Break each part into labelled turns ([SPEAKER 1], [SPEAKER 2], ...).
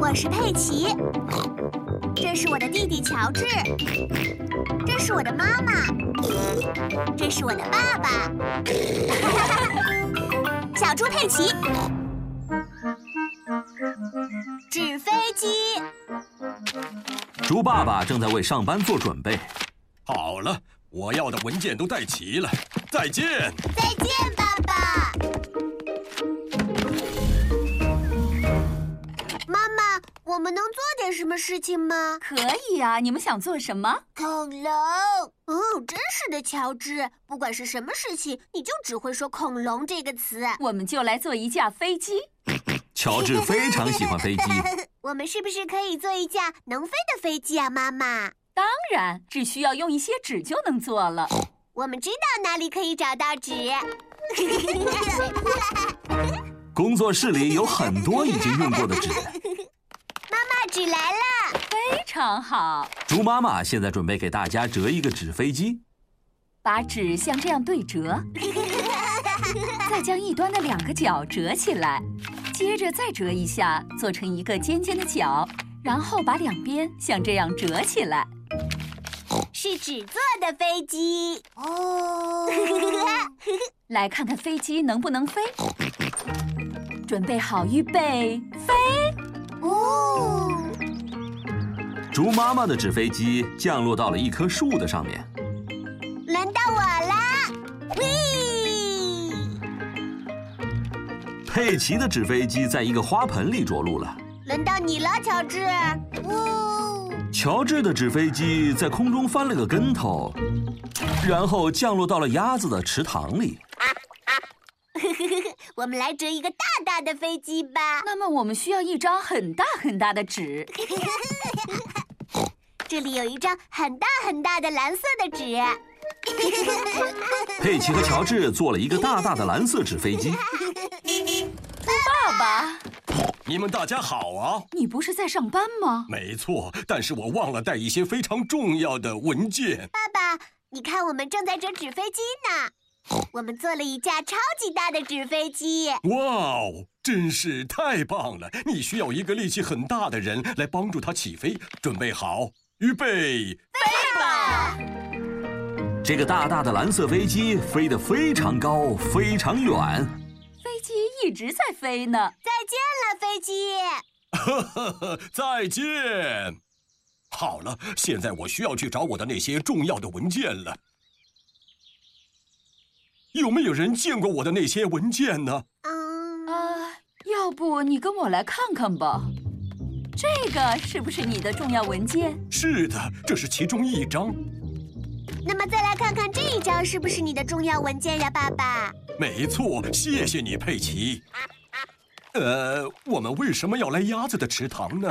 [SPEAKER 1] 我是佩奇，这是我的弟弟乔治，这是我的妈妈，这是我的爸爸， 小猪佩奇，纸飞机。
[SPEAKER 2] 猪爸爸正在为上班做准备。
[SPEAKER 3] 好了，我要的文件都带齐了，再见。
[SPEAKER 1] 再见，爸爸。妈妈，我们能做点什么事情吗？
[SPEAKER 4] 可以啊，你们想做什么？
[SPEAKER 1] 恐龙。哦，真是的，乔治，不管是什么事情，你就只会说“恐龙”这个词。
[SPEAKER 4] 我们就来做一架飞机。
[SPEAKER 2] 乔治非常喜欢飞机，
[SPEAKER 1] 我们是不是可以做一架能飞的飞机啊，妈妈？
[SPEAKER 4] 当然，只需要用一些纸就能做了。
[SPEAKER 1] 我们知道哪里可以找到纸。啊
[SPEAKER 2] 工作室里有很多已经用过的纸。
[SPEAKER 1] 大纸来了，
[SPEAKER 4] 非常好，
[SPEAKER 2] 猪妈妈现在准备给大家折一个纸飞机。
[SPEAKER 4] 把纸像这样对折，再将一端的两个角折起来，接着再折一下，做成一个尖尖的角，然后把两边像这样折起来。
[SPEAKER 1] 是纸做的飞机。哦，
[SPEAKER 4] 来看看飞机能不能飞。准备好，预备，飞！
[SPEAKER 1] 哦，
[SPEAKER 2] 猪妈妈的纸飞机降落到了一棵树的上面。
[SPEAKER 1] 轮到我啦！喂，
[SPEAKER 2] 佩奇的纸飞机在一个花盆里着陆了。
[SPEAKER 1] 轮到你了，乔治。哦，
[SPEAKER 2] 乔治的纸飞机在空中翻了个跟头，然后降落到了鸭子的池塘里。
[SPEAKER 1] 我们来折一个大大的飞机吧。
[SPEAKER 4] 那么我们需要一张很大很大的纸，
[SPEAKER 1] 这里有一张很大很大的蓝色的纸。
[SPEAKER 2] 佩奇和乔治做了一个大大的蓝色纸飞机。
[SPEAKER 4] 爸爸，
[SPEAKER 3] 你们大家好啊！
[SPEAKER 4] 你不是在上班吗？
[SPEAKER 3] 没错，但是我忘了带一些非常重要的文件。
[SPEAKER 1] 爸爸，你看，我们正在折纸飞机呢。我们做了一架超级大的纸飞机。
[SPEAKER 3] 哇哦，真是太棒了！你需要一个力气很大的人来帮助它起飞。准备好，预备，
[SPEAKER 2] 这个大大的蓝色飞机飞得非常高，非常远。
[SPEAKER 4] 飞机一直在飞呢。
[SPEAKER 1] 再见了，飞机。
[SPEAKER 3] 呵呵，再见。好了，现在我需要去找我的那些重要的文件了。有没有人见过我的那些文件呢？
[SPEAKER 1] 嗯，
[SPEAKER 4] 啊，要不你跟我来看看吧，这个是不是你的重要文件？
[SPEAKER 3] 是的，这是其中一张。
[SPEAKER 1] 那么再来看看这一张是不是你的重要文件呀，爸爸？
[SPEAKER 3] 没错，谢谢你，佩奇。呃，我们为什么要来鸭子的池塘呢？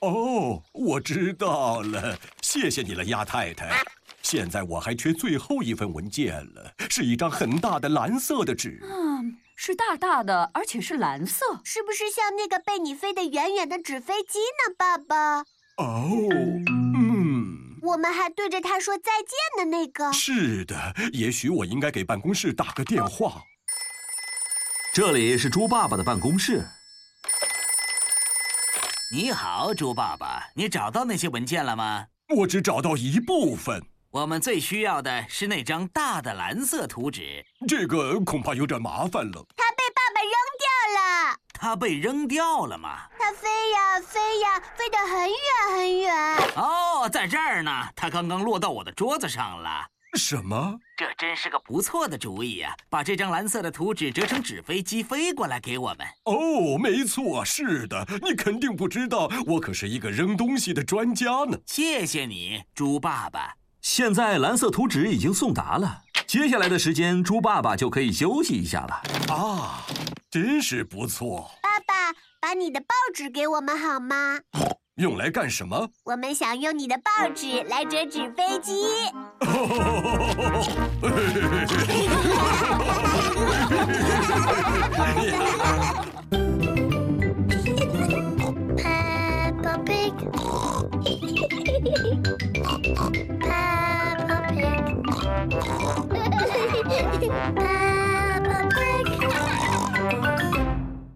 [SPEAKER 3] 哦，我知道了，谢谢你了，鸭太太。现在我还缺最后一份文件了，是一张很大的蓝色的纸。
[SPEAKER 4] 嗯，是大大的，而且是蓝色。
[SPEAKER 1] 是不是像那个被你飞得远远的纸飞机呢，爸爸？
[SPEAKER 3] 哦，嗯，
[SPEAKER 1] 我们还对着它说再见的那个。
[SPEAKER 3] 是的，也许我应该给办公室打个电话。
[SPEAKER 2] 这里是猪爸爸的办公室。
[SPEAKER 5] 你好，猪爸爸，你找到那些文件了吗？
[SPEAKER 3] 我只找到一部分，
[SPEAKER 5] 我们最需要的是那张大的蓝色图纸，
[SPEAKER 3] 这个恐怕有点麻烦了。
[SPEAKER 1] 它被爸爸扔掉了。
[SPEAKER 5] 它被扔掉了吗？
[SPEAKER 1] 它飞呀飞呀，飞得很远很远。
[SPEAKER 5] 哦，在这儿呢，它刚刚落到我的桌子上了。
[SPEAKER 3] 什么？
[SPEAKER 5] 这真是个不错的主意呀、把这张蓝色的图纸折成纸飞机飞过来给我们。
[SPEAKER 3] 哦，没错，是的，你肯定不知道，我可是一个扔东西的专家呢。
[SPEAKER 5] 谢谢你，猪爸爸。
[SPEAKER 2] 现在蓝色图纸已经送达了，接下来的时间猪爸爸就可以休息一下了。
[SPEAKER 3] 啊，真是不错，
[SPEAKER 1] 爸爸，把你的报纸给我们好吗？
[SPEAKER 3] 用来干什么？
[SPEAKER 1] 我们想用你的报纸来折纸飞机。